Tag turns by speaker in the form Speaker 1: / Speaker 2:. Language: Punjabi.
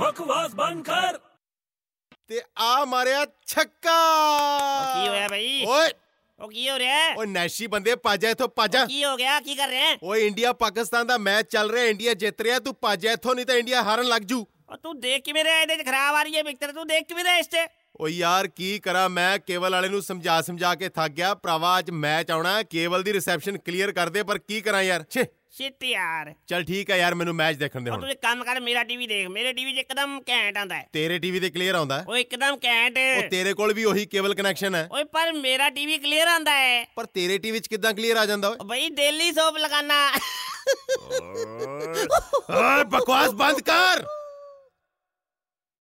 Speaker 1: ਬਕਵਾਸ ਬੰਦ ਕਰ
Speaker 2: ਤੇ ਆ ਮਾਰਿਆ ਛੱਕਾ
Speaker 3: ਕੀ ਹੋਇਆ ਬਈ
Speaker 2: ਓਏ
Speaker 3: ਉਹ ਕੀ ਹੋ ਰਿਹਾ ਹੈ?
Speaker 2: ਓਏ ਨੈਸ਼ੀ ਬੰਦੇ ਪਾਜਾ ਇਥੋਂ ਪਾਜਾ
Speaker 3: ਕੀ ਹੋ ਗਿਆ ਕੀ ਕਰ ਰਹੇ ਹੈ?
Speaker 2: ਓਏ ਇੰਡੀਆ ਪਾਕਿਸਤਾਨ ਦਾ ਮੈਚ ਚੱਲ ਰਿਹਾ ਇੰਡੀਆ ਜਿੱਤ ਰਿਹਾ ਤੂੰ ਪਾਜਾ ਇਥੋਂ ਨਹੀਂ ਤਾਂ ਇੰਡੀਆ ਹਾਰਨ ਲੱਗ ਜੂ
Speaker 3: ਉਹ ਤੂੰ ਦੇਖ ਕਿਵੇਂ ਰਿਹਾ ਇਹਦੇ ਚ ਖਰਾਬ ਆ ਰਹੀ ਹੈ ਪਿਕਚਰ ਤੂੰ ਦੇਖ ਕਿਵੇਂ ਰਿਹਾ ਇਸ ਤੇ
Speaker 2: ਓ ਯਾਰ ਕੀ ਕਰਾਂ ਮੈਂ ਕੇਵਲ ਵਾਲੇ ਨੂੰ ਸਮਝਾ ਸਮਝਾ ਕੇ ਥੱਕ ਗਿਆ ਭਰਾਵਾ ਅੱਜ ਮੈਚ ਆਉਣਾ ਹੈ, ਕੇਵਲ ਦੀ ਰਿਸੈਪਸ਼ਨ ਕਲੀਅਰ ਕਰ ਦੇ ਪਰ ਕੀ ਕਰਾਂ ਯਾਰ ਛੇ
Speaker 3: ਸ਼ਿਟ ਯਾਰ
Speaker 2: ਚੱਲ ਠੀਕ ਹੈ ਯਾਰ ਮੈਨੂੰ ਮੈਚ ਦੇਖਣ ਦੇ
Speaker 3: ਉਹ
Speaker 2: ਹੁਣ
Speaker 3: ਤੂੰ ਇੱਕ ਕੰਮ ਕਰ ਮੇਰਾ ਟੀਵੀ ਦੇਖ ਮੇਰੇ ਟੀਵੀ 'ਚ ਇੱਕਦਮ ਘੈਂਟ ਆਂਦਾ ਹੈ
Speaker 2: ਤੇਰੇ ਟੀਵੀ ਤੇ ਕਲੀਅਰ ਆਉਂਦਾ ਹੈ।
Speaker 3: ਉਹ ਇੱਕਦਮ ਘੈਂਟ
Speaker 2: ਉਹ ਤੇਰੇ ਕੋਲ ਵੀ ਉਹੀ ਕੇਬਲ ਕਨੈਕਸ਼ਨ ਹੈ
Speaker 3: ਓਏ ਪਰ ਮੇਰਾ ਟੀਵੀ ਕਲੀਅਰ ਆਂਦਾ ਹੈ
Speaker 2: ਪਰ ਤੇਰੇ ਟੀਵੀ 'ਚ ਕਿਦਾਂ ਕਲੀਅਰ ਆ ਜਾਂਦਾ ਓਏ
Speaker 3: ਉਹ ਬਈ ਡੇਲੀ ਸੋਪ ਲਗਾਣਾ
Speaker 2: ਓਏ ਬਕਵਾਸ ਬੰਦ ਕਰ